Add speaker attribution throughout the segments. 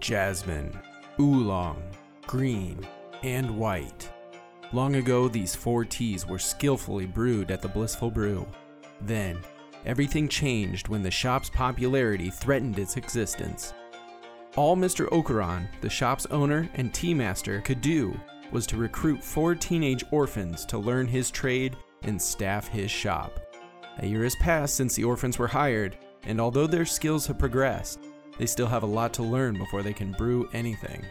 Speaker 1: jasmine, oolong, green, and white. Long ago, these four teas were skillfully brewed at the Blissful Brew. Then, everything changed when the shop's popularity threatened its existence. All Mr. Okeron, the shop's owner and tea master, could do was to recruit four teenage orphans to learn his trade and staff his shop. A year has passed since the orphans were hired, and although their skills have progressed, they still have a lot to learn before they can brew anything.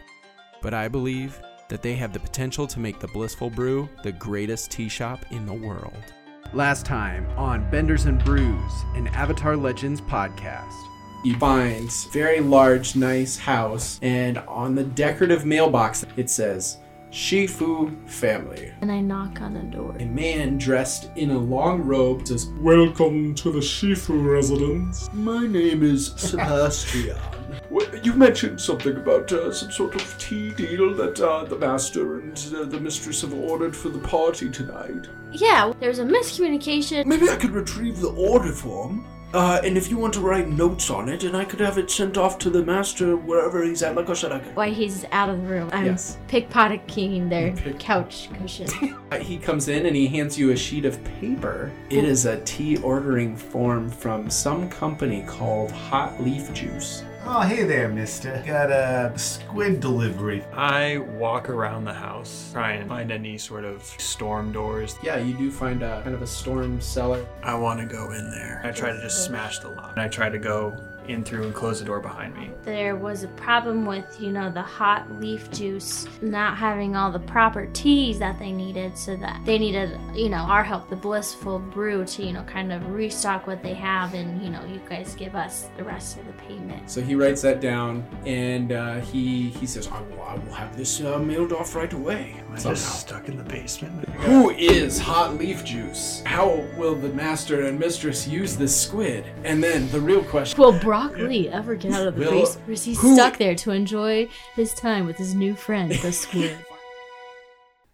Speaker 1: But I believe that they have the potential to make the Blissful Brew the greatest tea shop in the world. Last time on Benders and Brews, an Avatar Legends podcast. He finds very large, nice house, and on the decorative mailbox it says Shifu Family.
Speaker 2: and I knock on the door.
Speaker 1: A man dressed in a long robe says,
Speaker 3: Welcome to the Shifu residence.
Speaker 1: My name is Sebastian.
Speaker 3: Well, you mentioned something about uh, some sort of tea deal that uh, the master and uh, the mistress have ordered for the party tonight.
Speaker 2: Yeah, there's a miscommunication.
Speaker 3: Maybe I could retrieve the order form. Uh, and if you want to write notes on it, and I could have it sent off to the master wherever he's at. Like I said, I could.
Speaker 2: Why he's out of the room. I'm
Speaker 1: Yes.
Speaker 2: pickpocketing their
Speaker 3: Pick-
Speaker 2: couch cushion.
Speaker 1: Uh, He comes in and he hands you a sheet of paper. It is a tea ordering form from some company called Hot Leaf Juice.
Speaker 4: Oh, hey there, mister. Got a squid delivery.
Speaker 5: I walk around the house, try and find any sort of storm doors.
Speaker 1: Yeah, you do find a kind of a storm cellar.
Speaker 5: I want to go in there. I try to just smash the lock. And I try to go in through and close the door behind me.
Speaker 2: there was a problem with, you know, the hot leaf juice not having all the proper teas that they needed, so that they needed, you know, our help, the blissful brew, to, you know, kind of restock what they have and, you know, you guys give us the rest of the payment.
Speaker 1: So he writes that down and uh, he he says, I will, I will have this uh, mailed off right away.
Speaker 5: Am I
Speaker 1: Somehow.
Speaker 5: just stuck in the basement?
Speaker 1: Who is Hot Leaf Juice? How will the master and mistress use this squid? And then the real question.
Speaker 2: Will Brock Lee ever get out of the
Speaker 1: Will-
Speaker 2: basement? Or is he
Speaker 1: who-
Speaker 2: stuck there to enjoy his time with his new friend, the squid?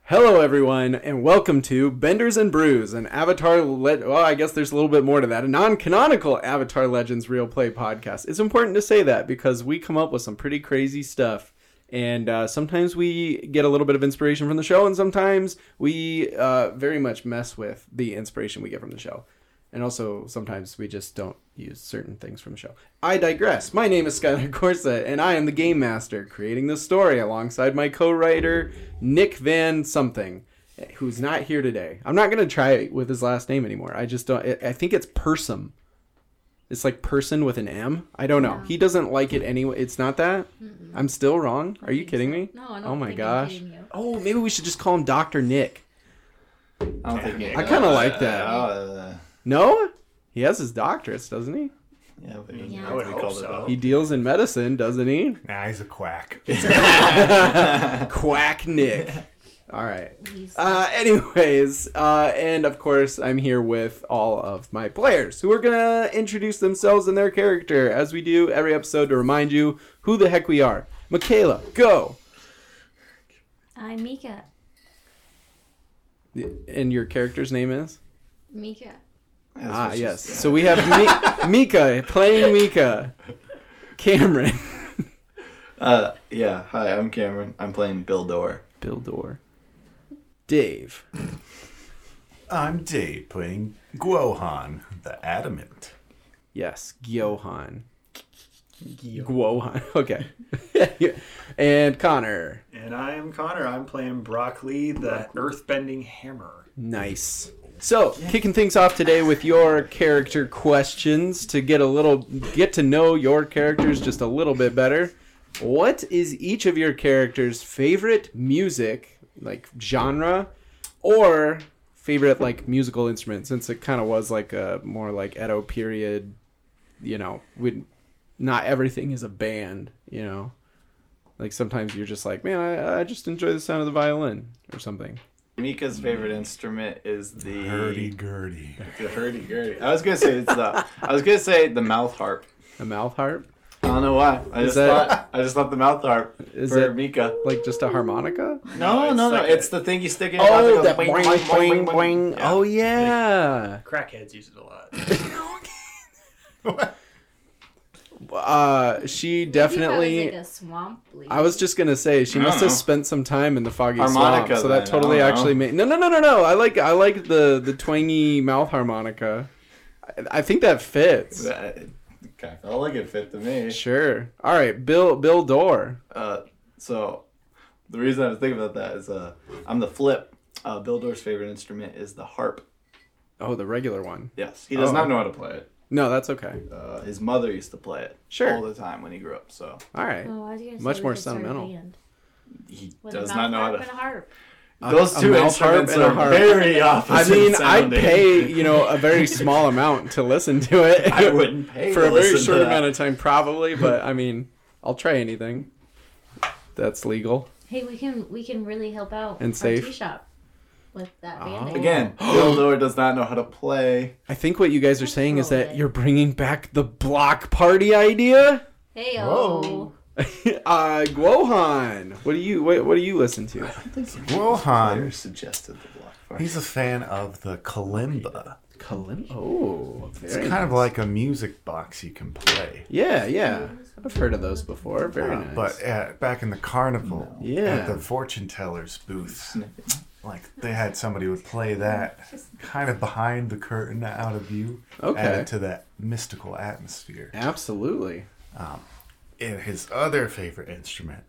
Speaker 1: Hello, everyone, and welcome to Benders and Brews, an Avatar. Le- well, I guess there's a little bit more to that. A non-canonical Avatar Legends real play podcast. It's important to say that because we come up with some pretty crazy stuff, and uh, sometimes we get a little bit of inspiration from the show, and sometimes we uh, very much mess with the inspiration we get from the show. And also, sometimes we just don't use certain things from the show. I digress. My name is Skylar Corsa, and I am the game master creating this story alongside my co writer, Nick Van something, who's not here today. I'm not going to try it with his last name anymore. I just don't. I I think it's Persum. It's like person with an M. I don't know. He doesn't like it anyway. It's not that. I'm still wrong. Are you kidding me?
Speaker 2: No, I don't
Speaker 1: Oh my
Speaker 2: think I'm
Speaker 1: gosh.
Speaker 2: kidding you.
Speaker 1: Oh, maybe we should just call him Dr. Nick.
Speaker 6: I don't think.
Speaker 1: I kinda like that.
Speaker 6: Uh,
Speaker 1: No? He has his doctorates, doesn't he?
Speaker 6: yeah, but
Speaker 2: Yeah.
Speaker 6: I would have called it
Speaker 1: He deals in medicine, doesn't he?
Speaker 4: Nah, he's a quack.
Speaker 1: Quack Nick. All right.
Speaker 2: He's-
Speaker 1: Uh, anyways, uh, and of course, I'm here with all of my players who are going to introduce themselves and their character as we do every episode to remind you who the heck we are. Michaela, go!
Speaker 2: I'm Mika.
Speaker 1: And your character's name is?
Speaker 2: Mika.
Speaker 1: Ah, yes. So we have Mi- Mika playing Mika. Cameron.
Speaker 6: Uh, yeah. Hi, I'm Cameron. I'm playing Bill Door.
Speaker 1: Bildor. Dave.
Speaker 4: I'm Dave playing Guohan, the adamant.
Speaker 1: Yes, Gyohan. Gwohan. Okay. Yeah. and Connor.
Speaker 5: And I am Connor. I'm playing Broccoli, the earthbending hammer.
Speaker 1: Nice. So, kicking things off today with your character questions to get a little get to know your characters just a little bit better. What is each of your characters' favorite music, like genre, or favorite like musical instrument? Since it kind of was like a more like Edo period, you know, would not everything is a band, you know. Like sometimes you're just like, man, I, I just enjoy the sound of the violin or something. Mm.
Speaker 6: Mika's favorite instrument is the
Speaker 4: Hurdy gurdy.
Speaker 6: The hurdy gurdy. I was gonna say it's the. I was gonna say the mouth harp.
Speaker 1: A mouth harp.
Speaker 6: I don't know why. I
Speaker 1: Is
Speaker 6: just
Speaker 1: that-
Speaker 6: thought. I just thought the mouth harp
Speaker 1: Is
Speaker 6: for
Speaker 1: it-
Speaker 6: Mika.
Speaker 1: Like just a harmonica?
Speaker 6: No, no, no.
Speaker 5: like
Speaker 6: it's the thing you stick in. your mouth Oh, that goes boing, boing, boing, boing. Yeah.
Speaker 1: Oh yeah.
Speaker 5: Crackheads use it a lot.
Speaker 1: uh, she
Speaker 2: He
Speaker 1: definitely.
Speaker 2: probably was, like a swamp leaf.
Speaker 1: I was just gonna say she
Speaker 6: I don't
Speaker 1: must have
Speaker 6: know.
Speaker 1: spent some time in the foggy
Speaker 6: Harmonica,
Speaker 1: swamp, so that
Speaker 6: then, I
Speaker 1: totally
Speaker 6: don't
Speaker 1: actually
Speaker 6: know.
Speaker 1: made no no no no no. I like I like the the twangy mouth harmonica. I, I think that fits.
Speaker 6: That kind of felt like it fit to me.
Speaker 1: Sure. All right, Bill Bill Dorr.
Speaker 6: Uh, so the reason I was thinking about that is uh, I'm the flip. Uh, Bill Dorr's favorite instrument is the harp.
Speaker 1: Oh, the regular one.
Speaker 6: Yes, he does
Speaker 1: Oh.
Speaker 6: not know how to play it.
Speaker 1: No, that's okay.
Speaker 6: Uh, his mother used to play it
Speaker 1: Sure.
Speaker 6: all the time when he grew up. So
Speaker 1: All right.
Speaker 2: Oh, I was gonna say
Speaker 1: Much
Speaker 2: we
Speaker 1: more
Speaker 2: could start a
Speaker 1: sentimental.
Speaker 2: band
Speaker 6: he
Speaker 2: With
Speaker 6: does
Speaker 2: a mouth
Speaker 6: not know
Speaker 2: harp
Speaker 6: how
Speaker 2: and a
Speaker 6: to.
Speaker 2: harp.
Speaker 6: Those
Speaker 1: A- a
Speaker 6: two
Speaker 1: mouth harp
Speaker 6: instruments
Speaker 1: and a
Speaker 6: are
Speaker 1: harp.
Speaker 6: very
Speaker 1: I
Speaker 6: opposite.
Speaker 1: mean, I'd
Speaker 6: sounding.
Speaker 1: pay you know a very small amount to listen to it.
Speaker 6: I wouldn't pay
Speaker 1: for
Speaker 6: to
Speaker 1: a very
Speaker 6: listen to
Speaker 1: short
Speaker 6: that.
Speaker 1: amount of time, probably. But I mean, I'll try anything that's legal.
Speaker 2: Hey, we can we can really help out
Speaker 1: And
Speaker 2: our
Speaker 1: safe. Ah.
Speaker 2: tea shop with that band. aid.
Speaker 6: Again, Bill Dorr does not know how to play.
Speaker 1: I think what you guys are
Speaker 2: That's
Speaker 1: saying is that
Speaker 2: relevant.
Speaker 1: you're bringing back the block party idea.
Speaker 2: Hey
Speaker 4: Whoa.
Speaker 2: oh.
Speaker 1: uh, Guohan, what do you what, what do you listen to?
Speaker 6: Player
Speaker 4: Rohan,
Speaker 6: suggested the block party.
Speaker 4: he's a fan of the kalimba.
Speaker 1: Kalimba. Oh,
Speaker 4: It's
Speaker 1: very
Speaker 4: kind
Speaker 1: nice.
Speaker 4: of like a music box you can play.
Speaker 1: yeah, yeah. I've heard of those before. Very
Speaker 4: Uh,
Speaker 1: nice.
Speaker 4: But at, back in the carnival,
Speaker 1: Yeah.
Speaker 4: at the fortune teller's booth, like they had somebody would play that kind of behind the curtain, out of view,
Speaker 1: Okay.
Speaker 4: added to that mystical atmosphere.
Speaker 1: absolutely.
Speaker 4: And his other favorite instrument,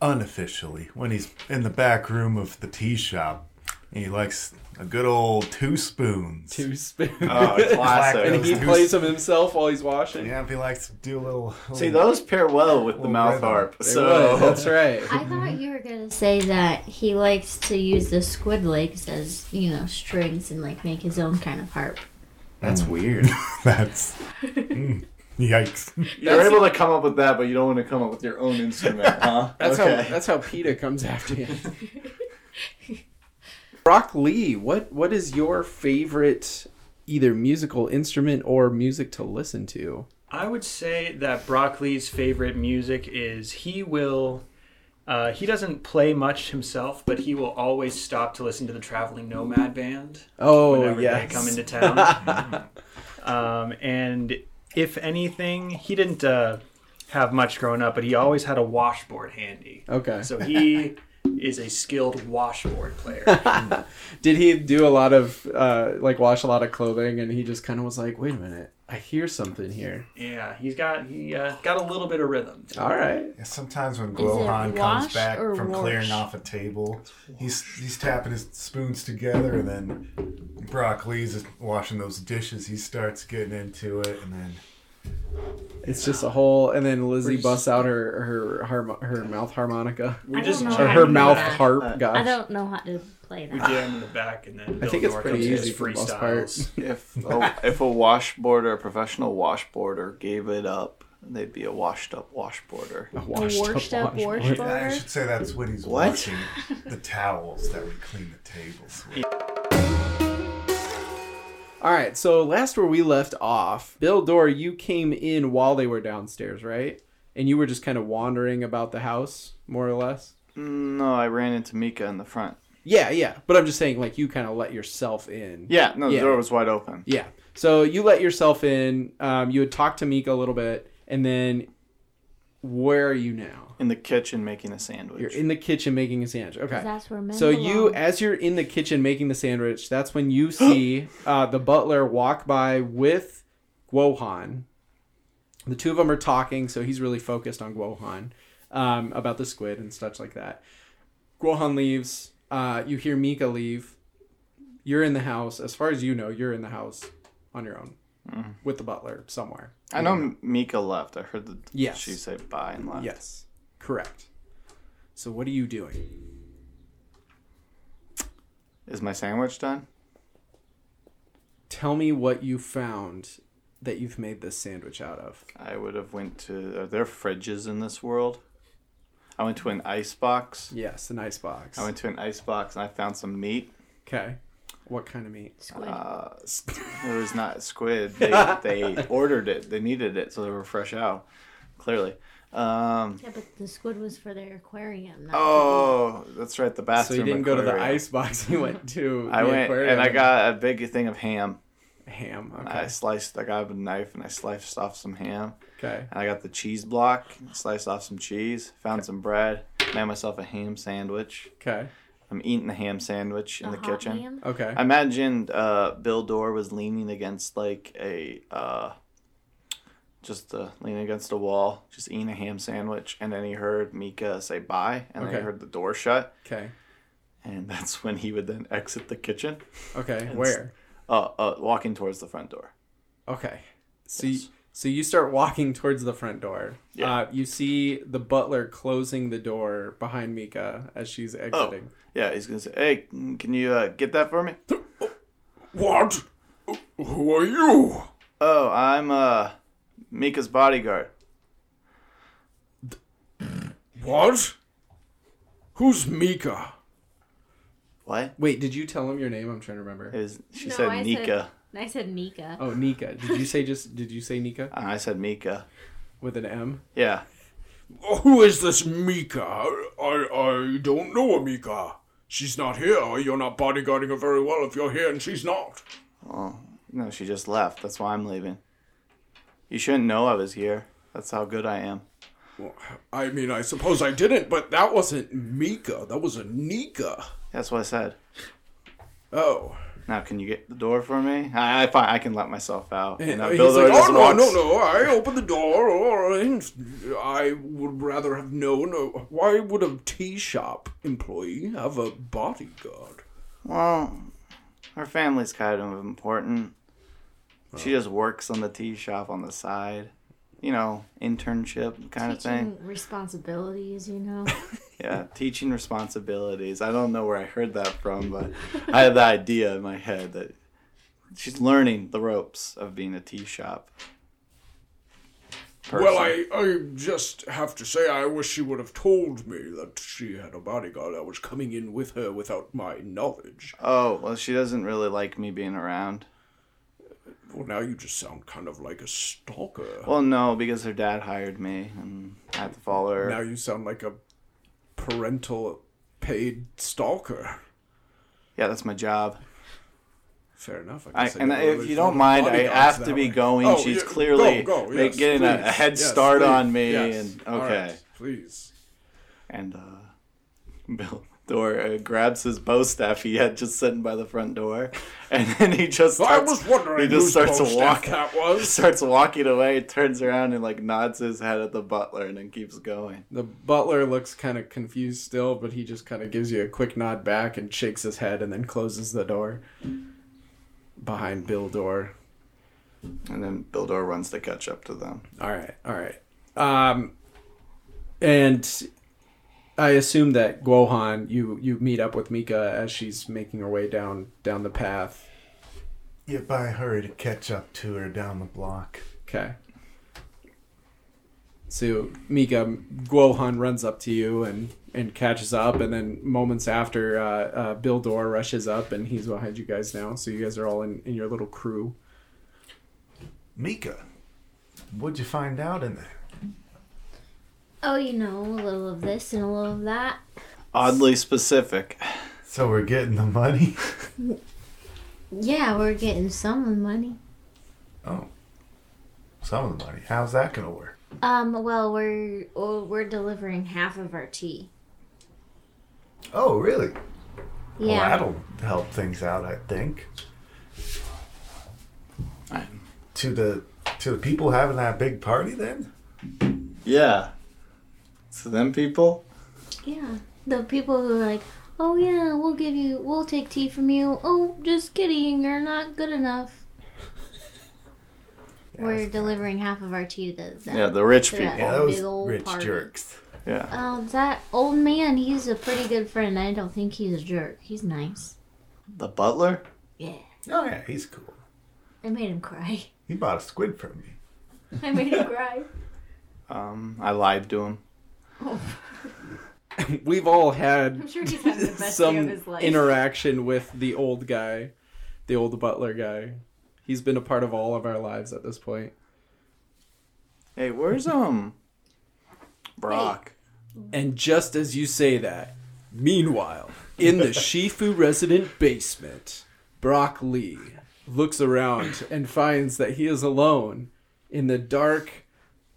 Speaker 4: unofficially, when he's in the back room of the tea shop, he likes a good old two spoons.
Speaker 1: Two spoons.
Speaker 6: Oh, classic.
Speaker 1: and he
Speaker 4: Two-
Speaker 1: plays them himself while he's washing.
Speaker 4: Yeah, he likes to do a little.
Speaker 6: See, those pair well with the
Speaker 4: Little
Speaker 6: mouth
Speaker 4: rhythm.
Speaker 6: harp.
Speaker 1: They
Speaker 6: so
Speaker 1: would, that's right.
Speaker 2: I thought
Speaker 1: Mm-hmm.
Speaker 2: you were gonna say that he likes to use the squid legs as you know strings and like make his own kind of harp.
Speaker 4: That's weird. That's. Mm. Yikes.
Speaker 6: you're able to come up with that, but you don't want to come up with your own instrument, huh?
Speaker 1: That's
Speaker 6: okay.
Speaker 1: how that's how PETA comes after you. Brock Lee, what what is your favorite either musical instrument or music to listen to?
Speaker 5: I would say that Broccoli's favorite music is he will. Uh, he doesn't play much himself, but he will always stop to listen to the Traveling Nomad Band
Speaker 1: Oh
Speaker 5: whenever
Speaker 1: yes.
Speaker 5: they come into town. um, and if anything, he didn't uh, have much growing up, but he always had a washboard handy.
Speaker 1: Okay.
Speaker 5: So he is a skilled washboard player.
Speaker 1: Did he do a lot of uh, like wash a lot of clothing and he just kind of was like, "Wait a minute, I hear something here."
Speaker 5: yeah, he's got he uh, got a little bit of rhythm.
Speaker 1: All right.
Speaker 4: Yeah, Sometimes when
Speaker 2: it
Speaker 4: Grohan
Speaker 2: wash
Speaker 4: comes back
Speaker 2: or
Speaker 4: from
Speaker 2: wash?
Speaker 4: clearing off a table, he's he's tapping his spoons together, and then Brock Lee's is washing those dishes. He starts getting into it, and then
Speaker 1: It's just a whole and then Lizzie busts out her her her, her mouth harmonica
Speaker 5: We
Speaker 2: I
Speaker 5: just
Speaker 2: don't know
Speaker 1: or
Speaker 2: how
Speaker 1: her
Speaker 2: to do
Speaker 1: mouth
Speaker 2: that.
Speaker 5: uh,
Speaker 1: harp. Gosh.
Speaker 2: I don't know how to play
Speaker 5: we
Speaker 2: that.
Speaker 5: jam in the back, and then
Speaker 1: I think
Speaker 5: Bill
Speaker 1: it's
Speaker 5: Dorr
Speaker 1: pretty
Speaker 5: comes in
Speaker 1: easy
Speaker 5: his
Speaker 1: for the most part.
Speaker 5: freestyles.
Speaker 6: If a, if a washboarder, a professional washboarder, gave it up, they'd be a washed-up washboarder.
Speaker 1: Washed up
Speaker 2: washed up
Speaker 1: washboard.
Speaker 2: washboard.
Speaker 4: I should say that's what he's
Speaker 6: What?
Speaker 4: washing the towels that we clean the tables with.
Speaker 1: All right, so last where we left off, Bill Dorr, you came in while they were downstairs, right? And you were just kind of wandering about the house, more or less.
Speaker 6: No, I ran into Mika in the front.
Speaker 1: Yeah, yeah. But I'm just saying, like, you kind of let yourself in.
Speaker 6: Yeah, no, the
Speaker 1: Yeah.
Speaker 6: door was wide open.
Speaker 1: Yeah. So you let yourself in. Um, you had talked to Mika a little bit, and then where are you now?
Speaker 6: In the kitchen making a sandwich.
Speaker 1: You're in the kitchen making a sandwich. Okay.
Speaker 2: That's where men
Speaker 1: So you,
Speaker 2: belong.
Speaker 1: as you're in the kitchen making the sandwich, that's when you see uh, the butler walk by with Guohan. The two of them are talking, so he's really focused on Guohan um, about the squid and such like that. Guohan leaves. Uh, you hear Mika leave. You're in the house. As far as you know, you're in the house on your own with the butler somewhere.
Speaker 6: I know Mika left. I heard that
Speaker 1: Yes.
Speaker 6: she said bye and left.
Speaker 1: Yes, correct. So what are you doing?
Speaker 6: Is my sandwich done?
Speaker 1: tell me what you found that you've made this sandwich out of.
Speaker 6: I would have went to. Are there fridges in this world? I went to an ice box.
Speaker 1: Yes, an ice box.
Speaker 6: I went to an ice box and I found some meat.
Speaker 1: Okay. What kind of meat?
Speaker 2: Squid.
Speaker 6: Uh, s- it was not squid. They, they ordered it. They needed it, so they were fresh out. Clearly. Um,
Speaker 2: yeah, but the squid was for their aquarium. Not
Speaker 6: oh, that's right. The
Speaker 1: So
Speaker 6: bathroom.
Speaker 1: you didn't go to the
Speaker 6: aquarium.
Speaker 1: ice box. You went to
Speaker 6: I
Speaker 1: the
Speaker 6: went
Speaker 1: aquarium.
Speaker 6: and I got a big thing of ham.
Speaker 7: Ham. Okay.
Speaker 6: I sliced. I got a knife and I sliced off some ham.
Speaker 7: Okay.
Speaker 6: And I got the cheese block, sliced off some cheese, found some bread, made myself a ham sandwich.
Speaker 7: Okay.
Speaker 6: I'm eating the ham sandwich in the,
Speaker 2: hot
Speaker 6: kitchen.
Speaker 2: Uh-huh, ham?
Speaker 7: Okay.
Speaker 6: I imagined uh, Bill Dorr was leaning against like a uh, just uh, leaning against a wall, just eating a ham sandwich, and then he heard Mika say bye, and then
Speaker 7: Okay.
Speaker 6: he heard the door shut,
Speaker 7: Okay.
Speaker 6: and that's when he would then exit the kitchen,
Speaker 7: Okay. Where?
Speaker 6: uh, uh, walking towards the front door.
Speaker 7: Okay. So you, so you start walking towards the front door.
Speaker 6: Yeah.
Speaker 7: Uh, you see the butler closing the door behind Mika as she's exiting.
Speaker 6: Oh, Yeah, he's gonna say, "Hey, can you uh, get that for me?"
Speaker 3: What? Who are you?
Speaker 6: Oh, I'm uh, Mika's bodyguard.
Speaker 3: What? Who's Mika?
Speaker 6: What?
Speaker 7: Wait, did you tell him your name? I'm trying to remember.
Speaker 6: It was, she
Speaker 2: No,
Speaker 6: said
Speaker 2: I said-
Speaker 6: Nika,
Speaker 2: I said Nika.
Speaker 7: Oh, Nika. Did you say just? Did you say Nika
Speaker 6: and I said Mika.
Speaker 7: with an M?
Speaker 6: Yeah.
Speaker 3: Who is this Mika? I, I, I don't know a Mika. She's not here. You're not bodyguarding her very well if you're here and she's not.
Speaker 6: No, she just left. That's why I'm leaving. You shouldn't know I was here. That's how good I am.
Speaker 3: I mean, I suppose I didn't, but that wasn't Mika. That was a Nika.
Speaker 6: That's what I said.
Speaker 3: Oh.
Speaker 6: Now, can you get the door for me? I, I fine. I can let myself out. And,
Speaker 3: And
Speaker 6: uh,
Speaker 3: he's
Speaker 6: Bill
Speaker 3: like,
Speaker 6: Dory
Speaker 3: oh,
Speaker 6: just
Speaker 3: no, no,
Speaker 6: walks-
Speaker 3: no. I opened the door, or I would rather have known. uh, Why would a tea shop employee have a bodyguard?
Speaker 6: Well, her family's kind of important. She just works on the tea shop on the side. You know, internship kind of thing.
Speaker 2: Teaching responsibilities, you know.
Speaker 6: Yeah, teaching responsibilities. I don't know where I heard that from, but I had the idea in my head that she's learning the ropes of being a tea shop.
Speaker 3: Well, I, I just have to say, I wish she would have told me that she had a bodyguard. I was coming in with her without my knowledge.
Speaker 6: Oh, well, she doesn't really like me being around.
Speaker 3: Well, now you just sound kind of like a stalker.
Speaker 6: Well, no, because her dad hired me and I have to follow her.
Speaker 3: Now you sound like a parental paid stalker.
Speaker 6: Yeah, that's my job.
Speaker 3: Fair enough.
Speaker 6: I,
Speaker 3: guess
Speaker 6: and
Speaker 3: never
Speaker 6: if
Speaker 3: really
Speaker 6: you
Speaker 3: thought
Speaker 6: don't
Speaker 3: of
Speaker 6: mind, I
Speaker 3: bodyguards
Speaker 6: have to
Speaker 3: that
Speaker 6: be
Speaker 3: way.
Speaker 6: going.
Speaker 3: Oh,
Speaker 6: She's
Speaker 3: yeah,
Speaker 6: clearly
Speaker 3: go, go,
Speaker 6: ma-
Speaker 3: yes,
Speaker 6: getting a, a
Speaker 3: please,
Speaker 6: head
Speaker 3: yes,
Speaker 6: start
Speaker 3: please,
Speaker 6: on me.
Speaker 3: yes,
Speaker 6: And
Speaker 3: all right,
Speaker 6: okay,
Speaker 3: please.
Speaker 6: and uh, Bill Thor uh, grabs his bow staff he had just sitting by the front door, and then he just
Speaker 3: I
Speaker 6: starts,
Speaker 3: was wondering
Speaker 6: he just
Speaker 3: whose
Speaker 6: starts
Speaker 3: bow staff
Speaker 6: walking.
Speaker 3: that was.
Speaker 6: Starts walking away, turns around and like nods his head at the butler, and then keeps going.
Speaker 7: The butler looks kind of confused still, but he just kind of gives you a quick nod back and shakes his head and then closes the door behind Bill Door.
Speaker 6: And then Bildor runs to catch up to them.
Speaker 7: All right, all right. Um, and I assume that Gohan, you you meet up with Mika as she's making her way down down the path.
Speaker 4: Yep, I hurry to catch up to her down the block.
Speaker 7: Okay. So Mika Guohan runs up to you and and catches up, and then moments after, uh, uh, Bill Dor rushes up and he's behind you guys now. So you guys are all in, in your little crew.
Speaker 4: Mika, what'd you find out in there?
Speaker 2: oh, you know, a little of this and a little of that.
Speaker 6: Oddly specific.
Speaker 4: So we're getting the money.
Speaker 2: Yeah, we're getting some of the money.
Speaker 4: Oh, some of the money. How's that gonna work?
Speaker 2: Um, well, we're oh, we're delivering half of our tea.
Speaker 4: Oh, really?
Speaker 6: Oh,
Speaker 4: Well,
Speaker 2: Yeah.
Speaker 4: that'll help things out, I think. To the to the people having that big party, then.
Speaker 6: Yeah. So them people.
Speaker 2: Yeah. The people who are like, oh yeah, we'll give you, we'll take tea from you. Oh, just kidding, you're not good enough. we're delivering half of our tea to them.
Speaker 6: Yeah, the rich
Speaker 2: to
Speaker 6: people.
Speaker 2: that
Speaker 4: Yeah, those
Speaker 2: big old
Speaker 4: rich
Speaker 2: party.
Speaker 4: jerks.
Speaker 6: Yeah.
Speaker 2: Oh, that old man, he's a pretty good friend. I don't think he's a jerk. He's nice.
Speaker 6: The butler.
Speaker 2: Yeah.
Speaker 4: Oh yeah, he's cool.
Speaker 2: I made him cry.
Speaker 4: He bought a squid from me.
Speaker 2: I made him cry.
Speaker 6: Um, I lied to him.
Speaker 7: We've all had
Speaker 2: I'm sure he's having the best day of
Speaker 7: some
Speaker 2: his life.
Speaker 7: interaction with the old guy, the old butler guy. He's been a part of all of our lives at this point.
Speaker 6: Hey, where's um Brock?
Speaker 7: And just as you say that, meanwhile, in the Shifu resident basement, Brock Lee
Speaker 1: looks around and finds that he is alone in the dark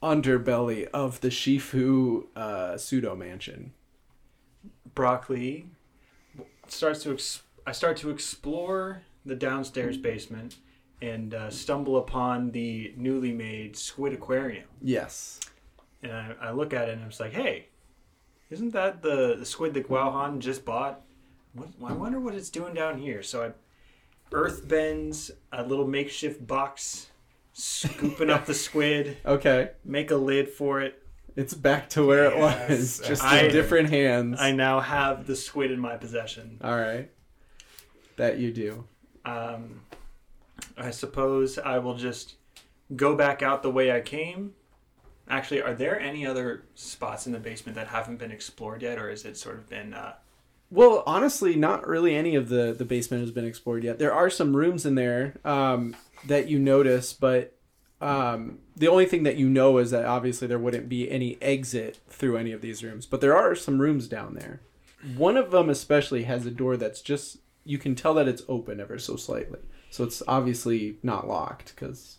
Speaker 1: underbelly of the Shifu uh, pseudo mansion.
Speaker 5: broccoli starts to ex- I start to explore the downstairs basement and uh, stumble upon the newly made squid aquarium
Speaker 1: Yes.
Speaker 5: and I, I look at it and I'm just like hey isn't that the, the squid that Guohan just bought what, I wonder what it's doing down here so I earth bends a little makeshift box scooping up the squid
Speaker 1: Okay.
Speaker 5: make a lid for it
Speaker 1: It's back to where
Speaker 8: Yes,
Speaker 1: it was, just
Speaker 5: I-
Speaker 1: in different hands.
Speaker 5: I now have the squid in my possession
Speaker 1: All right. That you do.
Speaker 5: um, I suppose I will just go back out the way I came. Actually, are there any other spots in the basement that haven't been explored yet, or is it sort of been? Uh,
Speaker 1: Well, honestly, not really any of the the basement has been explored yet. There are some rooms in there um, that you notice, but um, the only thing that you know is that obviously there wouldn't be any exit through any of these rooms. But there are some rooms down there. One of them especially has a door that's just you can tell that it's open ever so slightly. So it's obviously not locked because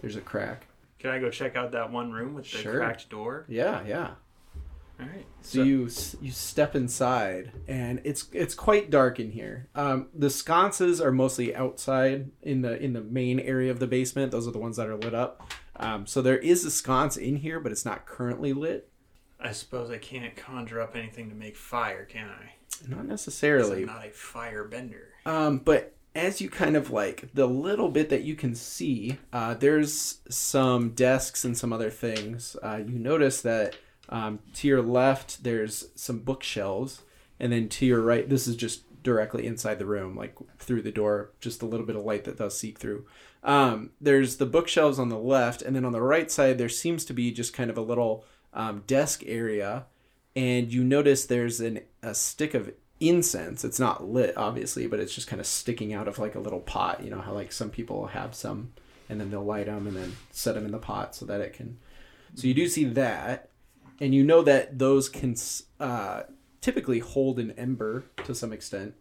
Speaker 1: there's a crack.
Speaker 5: can I go check out that one room with the
Speaker 1: Sure.
Speaker 5: cracked door?
Speaker 1: Yeah, yeah.
Speaker 5: All right.
Speaker 1: So, you s- you step inside, and it's it's quite dark in here. Um, the sconces are mostly outside in the in the main area of the basement. Those are the ones that are lit up. Um, so there is a sconce in here, but it's not currently lit.
Speaker 5: I suppose I can't conjure up anything to make fire, can I?
Speaker 1: Not
Speaker 5: 'Cause
Speaker 1: necessarily,
Speaker 5: I'm not a firebender.
Speaker 1: Um, but as you kind of like the little bit that you can see, uh, there's some desks and some other things. Uh, you notice that um, to your left, there's some bookshelves, and then to your right, this is just directly inside the room, like through the door, just a little bit of light that does seep through. Um, there's the bookshelves on the left, and then on the right side, there seems to be just kind of a little um, desk area and you notice there's an a stick of incense. It's not lit, obviously, but it's just kind of sticking out of like a little pot. You know how like some people have some, and then they'll light them and then set them in the pot so that it can. So you do see that, and you know that those can s- uh, typically hold an ember to some extent.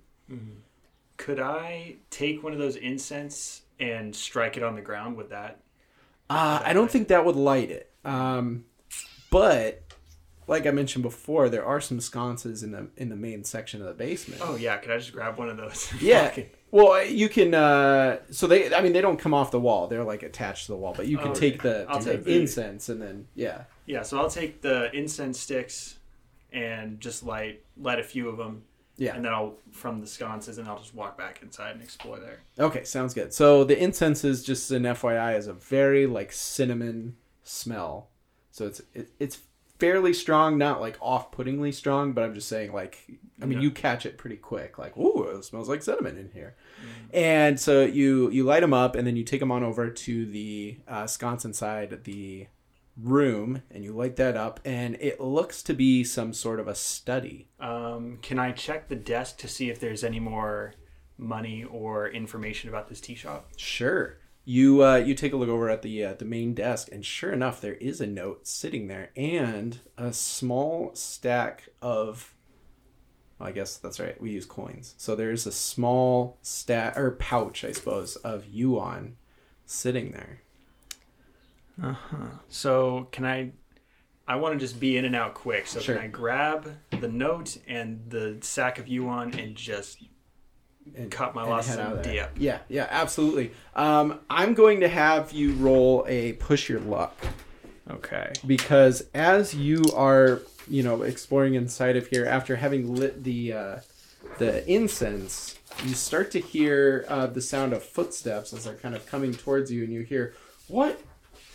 Speaker 5: Could I take one of those incense and strike it on the ground with that?
Speaker 1: Uh, I don't think that would light it. Um, but like I mentioned before, there are some sconces in the in the main section of the basement.
Speaker 5: Oh yeah, could I just grab one of those?
Speaker 1: Yeah.
Speaker 5: Okay.
Speaker 1: Well, you can. Uh, so they, I mean, they don't come off the wall. They're like attached to the wall, but you can
Speaker 5: Okay.
Speaker 1: take the,
Speaker 5: Oh, I'll
Speaker 1: the
Speaker 5: take the-
Speaker 1: incense and then yeah.
Speaker 5: Yeah, so I'll take the incense sticks and just light light a few of them.
Speaker 1: Yeah.
Speaker 5: And then I'll from the sconces and I'll just walk back inside and explore there.
Speaker 1: Okay, sounds good. So the incense is just an FYI is a very like cinnamon smell. So it's it, it's fairly strong, not like off-puttingly strong, but I'm just saying like I mean
Speaker 5: Yeah.
Speaker 1: you catch it pretty quick like ooh, it smells like cinnamon in here. And so you you light them up and then you take them on over to the uh, sconce inside the room and you light that up and it looks to be some sort of a study.
Speaker 5: Um, can I check the desk to see if there's any more money or information about this tea shop?
Speaker 1: Sure. You uh, you take a look over at the uh, the main desk, and sure enough, there is a note sitting there and a small stack of. well, I guess that's right. We use coins, so there is a small stack or pouch, I suppose, of yuan sitting there.
Speaker 5: So can I I want to just be in and out quick. So
Speaker 1: Sure.
Speaker 5: can I grab the note and the sack of yuan and just
Speaker 1: And-
Speaker 5: cut my
Speaker 1: and
Speaker 5: losses
Speaker 1: head out
Speaker 5: and
Speaker 1: of there.
Speaker 5: dip?
Speaker 1: Yeah, yeah, absolutely. Um, I'm going to have you roll a push your luck.
Speaker 5: Okay.
Speaker 1: because as you are you know exploring inside of here after having lit the uh, the incense you start to hear uh, the sound of footsteps as they're kind of coming towards you and you hear what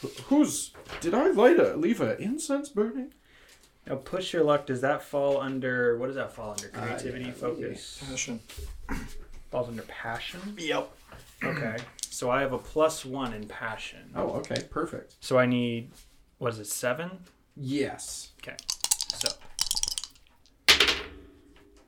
Speaker 1: Wh- who's did i light a leave a incense burning
Speaker 5: Now push your luck, does that fall under what does that fall under?
Speaker 1: yeah,
Speaker 5: Creativity,
Speaker 1: Uh, yeah.
Speaker 5: focus.
Speaker 6: Passion.
Speaker 5: Falls under passion.
Speaker 6: Yep.
Speaker 5: Okay. So I have a plus one in passion.
Speaker 1: oh okay perfect
Speaker 5: So I need, what is it, seven?
Speaker 1: yes
Speaker 5: Okay. So.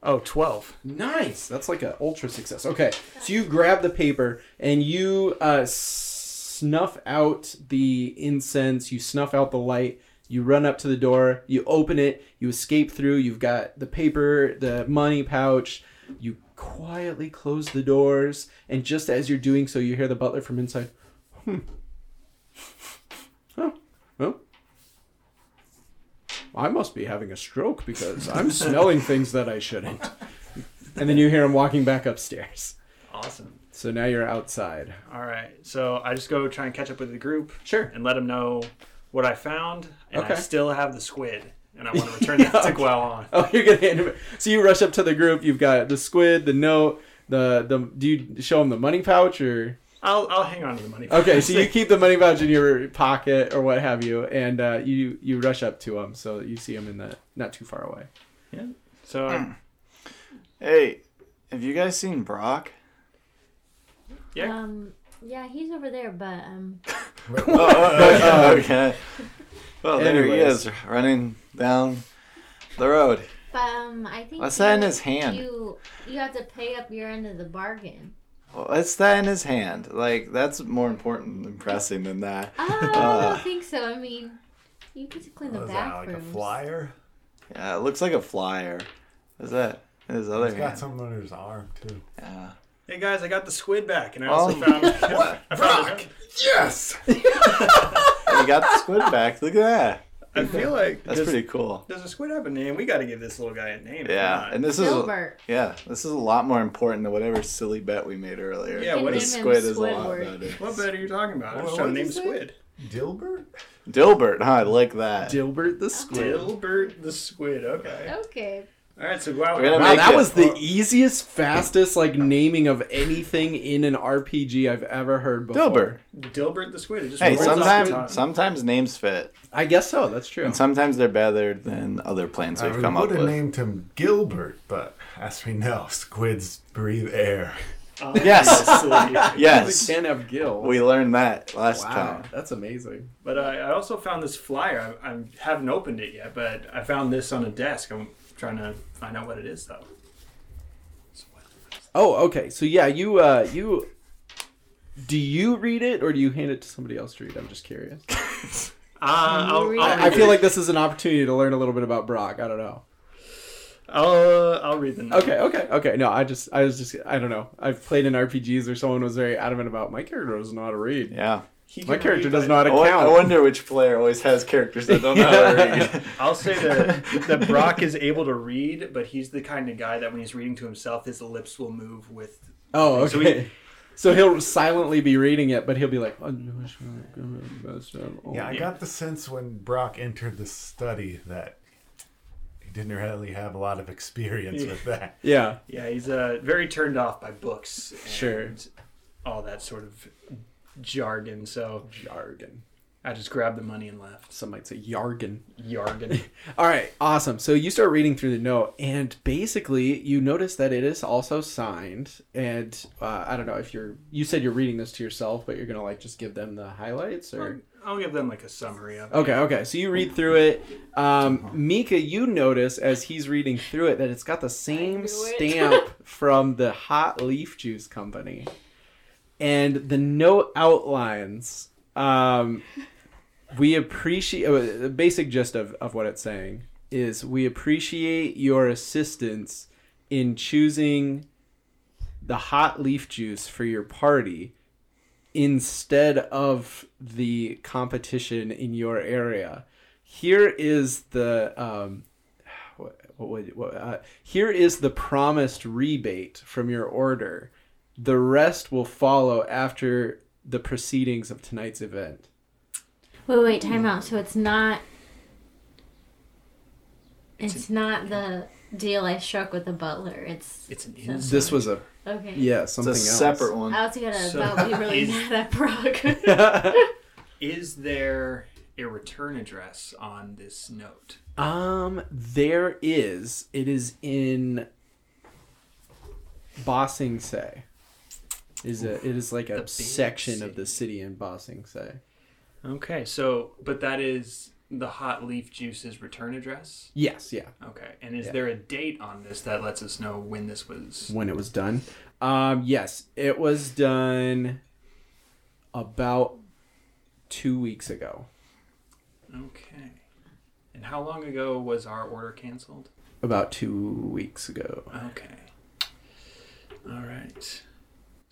Speaker 5: Oh, 12.
Speaker 1: Nice. That's like an ultra success. Okay, so you grab the paper and you uh, snuff out the incense. You snuff out the light. You run up to the door. You open it. You escape through. You've got the paper, the money pouch,
Speaker 7: You quietly close the doors, and just as you're doing so, you hear the butler from inside. Hmm. Oh, well. I must be having a stroke because I'm smelling things that I shouldn't. And then you hear him walking back upstairs.
Speaker 5: Awesome.
Speaker 7: So now you're outside.
Speaker 5: All right. So I just go try and catch up with the group
Speaker 7: Sure.
Speaker 5: and let them know what I found. And I
Speaker 7: Okay.
Speaker 5: still have the squid. And I want to return that to
Speaker 7: Yeah.
Speaker 5: Gualon.
Speaker 7: Oh, you're gonna hand him. it. So you rush up to the group. You've got the squid, the note, the the. Do you show him the money pouch or?
Speaker 5: I'll, I'll hang on to the money.
Speaker 7: Okay, so you keep the money pouch in your pocket or what have you, and uh, you you rush up to him. So you see him in the not too far away.
Speaker 5: So um,
Speaker 6: Hey, have you guys seen Brock?
Speaker 5: Yeah.
Speaker 2: Um, yeah, he's over there, but um,
Speaker 6: Oh, okay. Well, there he
Speaker 7: Anyways.
Speaker 6: is, running down the road.
Speaker 2: but um, I think
Speaker 6: What's that in
Speaker 2: you-
Speaker 6: his hand?
Speaker 2: You you have to pay up your end of the bargain.
Speaker 6: What's that in his hand? Like, that's more important and pressing than that.
Speaker 2: Oh, I
Speaker 6: Uh.
Speaker 2: don't think so. I mean, you get to clean the
Speaker 4: What is that,
Speaker 2: bathrooms.
Speaker 4: like a flyer?
Speaker 6: Yeah, it looks like a flyer. What's that? In his other
Speaker 4: He's got
Speaker 6: hand.
Speaker 4: something under his arm, too.
Speaker 6: Yeah.
Speaker 5: hey guys, I got the squid back, and I also
Speaker 6: Oh.
Speaker 5: found I found his-
Speaker 4: Yes!
Speaker 6: He got the squid back. Look at that.
Speaker 5: I feel like
Speaker 6: That's
Speaker 5: does,
Speaker 6: pretty cool.
Speaker 5: does a squid have a name? We got to give this little guy a name. Come
Speaker 6: Yeah,
Speaker 5: on.
Speaker 6: and this is
Speaker 2: Gilbert.
Speaker 6: yeah, this is a lot more important than whatever silly bet we made earlier.
Speaker 5: Yeah, what
Speaker 6: the
Speaker 5: is-
Speaker 6: squid is a lot
Speaker 2: Squidward.
Speaker 6: better.
Speaker 5: what bet are you talking about? I'm
Speaker 4: Well,
Speaker 5: just trying to
Speaker 4: what'd
Speaker 5: name
Speaker 4: you
Speaker 5: a
Speaker 4: say?
Speaker 5: squid.
Speaker 4: Dilbert?
Speaker 6: Dilbert, huh? I like that.
Speaker 7: Dilbert the squid.
Speaker 5: Dilbert the squid. Okay.
Speaker 2: Okay.
Speaker 5: All right. So wow,
Speaker 6: We're gonna
Speaker 7: Wow,
Speaker 6: make
Speaker 7: that
Speaker 6: it-
Speaker 7: was the easiest, fastest like naming of anything in an RPG I've ever heard before.
Speaker 6: Dilbert.
Speaker 5: Dilbert the squid. It just
Speaker 6: Hey,
Speaker 5: rolls off the tongue.
Speaker 6: sometimes sometimes names fit,
Speaker 7: I guess so. That's true.
Speaker 6: and sometimes they're better than other plans
Speaker 4: I
Speaker 6: we've come up
Speaker 4: would have
Speaker 6: with.
Speaker 4: named him Gilbert, but as we know, squids breathe air.
Speaker 5: Oh,
Speaker 6: Yes,
Speaker 5: Obviously.
Speaker 6: yes,
Speaker 7: Can have Gil.
Speaker 6: we learned that last
Speaker 7: wow,
Speaker 6: time.
Speaker 7: Ah, that's amazing.
Speaker 5: but I, I also found this flyer. I, I haven't opened it yet, but I found this on a desk. I'm trying to find out what it is though.
Speaker 7: Oh, okay. So yeah, you uh you do you read it or do you hand it to somebody else to read? I'm just curious.
Speaker 5: Uh, I'll, I'll,
Speaker 7: I feel like this is an opportunity to learn a little bit about Brock. I don't know.
Speaker 5: I'll, uh, I'll read the. Name.
Speaker 7: Okay, okay, okay. No, I just I was just I don't know. I've played in RPGs where someone was very adamant about my character doesn't know how to read.
Speaker 6: Yeah,
Speaker 5: He
Speaker 7: My
Speaker 5: can
Speaker 7: character
Speaker 5: read,
Speaker 7: doesn't know
Speaker 5: but
Speaker 7: how to
Speaker 6: I, won- I
Speaker 7: count.
Speaker 6: wonder which player always has characters that don't know how to read.
Speaker 5: I'll say that that Brock is able to read, but he's the kind of guy that when he's reading to himself, his lips will move with.
Speaker 7: Oh, okay.
Speaker 5: So
Speaker 7: So,
Speaker 5: we-
Speaker 7: he'll silently be reading it, but he'll be like, oh, no, it's not gonna be best at all."
Speaker 4: Yeah, I got the sense when Brock entered the study that he didn't really have a lot of experience with that.
Speaker 7: yeah,
Speaker 5: Yeah, he's uh, very turned off by books. And
Speaker 7: Sure.
Speaker 5: All that sort of jargon. So
Speaker 7: jargon.
Speaker 5: I just grabbed the money and left.
Speaker 7: Some might say jargon.
Speaker 5: Jargon.
Speaker 7: All right, awesome. So you start reading through the note, and basically you notice that it is also signed. And uh, I don't know if you're you said you're reading this to yourself, but you're gonna like just give them the highlights or.
Speaker 5: I'll give them like a summary of it.
Speaker 7: Okay, okay. So you read through it. Um, Mika, you notice as he's reading through it that it's got the
Speaker 2: knew
Speaker 7: same
Speaker 2: it.
Speaker 7: stamp from the Hot Leaf Juice Company. And the note outlines um, we appreciate uh, the basic gist of, of what it's saying is we appreciate your assistance in choosing the hot leaf juice for your party instead of the competition in your area. Here is the um, what, what, what, uh, here is the promised rebate from your order. The rest will follow after the proceedings of tonight's event.
Speaker 2: Wait, wait, time out. So it's not. It's not the deal I struck with the butler. It's
Speaker 5: It's an
Speaker 2: So-
Speaker 5: insult.
Speaker 7: This was a
Speaker 2: okay.
Speaker 7: yeah
Speaker 6: It's
Speaker 7: something
Speaker 6: a separate one.
Speaker 2: I was gonna
Speaker 5: So-
Speaker 2: about be really
Speaker 5: Is-
Speaker 2: mad at Brock.
Speaker 7: else.
Speaker 5: Is there a return address on this note?
Speaker 7: um, there is. It is in Bossing Se. Is a, it is like
Speaker 5: The
Speaker 7: a
Speaker 5: big
Speaker 7: section of
Speaker 5: city.
Speaker 7: the city in Bossing Se.
Speaker 5: Okay, so but that is the hot leaf juice's return address.
Speaker 7: Yes, yeah.
Speaker 5: Okay. And is
Speaker 7: Yeah.
Speaker 5: there a date on this that lets us know when this was?
Speaker 7: When it was done. Um, yes, it was done about two weeks ago.
Speaker 5: Okay. And how long ago was our order canceled?
Speaker 7: About two weeks ago.
Speaker 5: Okay. All right.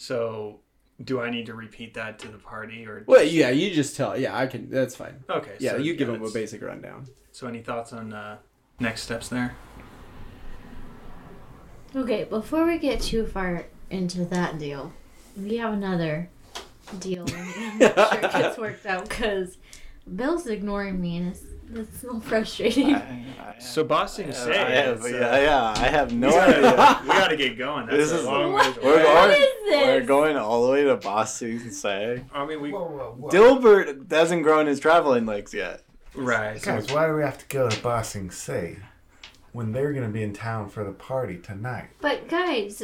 Speaker 5: So, do I need to repeat that to the party or?
Speaker 7: Well, yeah, you just tell. Yeah, I can. That's fine.
Speaker 5: Okay.
Speaker 7: Yeah,
Speaker 5: so,
Speaker 7: you give them a
Speaker 5: that's-
Speaker 7: basic rundown.
Speaker 5: So, any thoughts on uh, next steps there?
Speaker 2: Okay, before we get too far into that deal, we have another deal. we need to Make sure it gets worked out because Bill's ignoring me and it's, it's a little frustrating.
Speaker 5: So, Boston
Speaker 6: I
Speaker 5: say,
Speaker 6: have,
Speaker 5: it's, uh,
Speaker 6: yeah, yeah, I have no
Speaker 5: we
Speaker 6: idea.
Speaker 5: gotta- we got to get going. That's
Speaker 6: This
Speaker 5: a
Speaker 6: is-
Speaker 5: long
Speaker 2: What?
Speaker 5: ways away.
Speaker 6: We're
Speaker 2: What
Speaker 6: going,
Speaker 2: is this?
Speaker 6: we're going all the way to Boston. Say,
Speaker 5: I mean, we
Speaker 4: Whoa, whoa, whoa.
Speaker 6: Dilbert hasn't grown his traveling legs yet.
Speaker 5: right. so-
Speaker 4: Guys, why do we have to go to Bossing Say when they're going to be in town for the party tonight?
Speaker 2: But guys,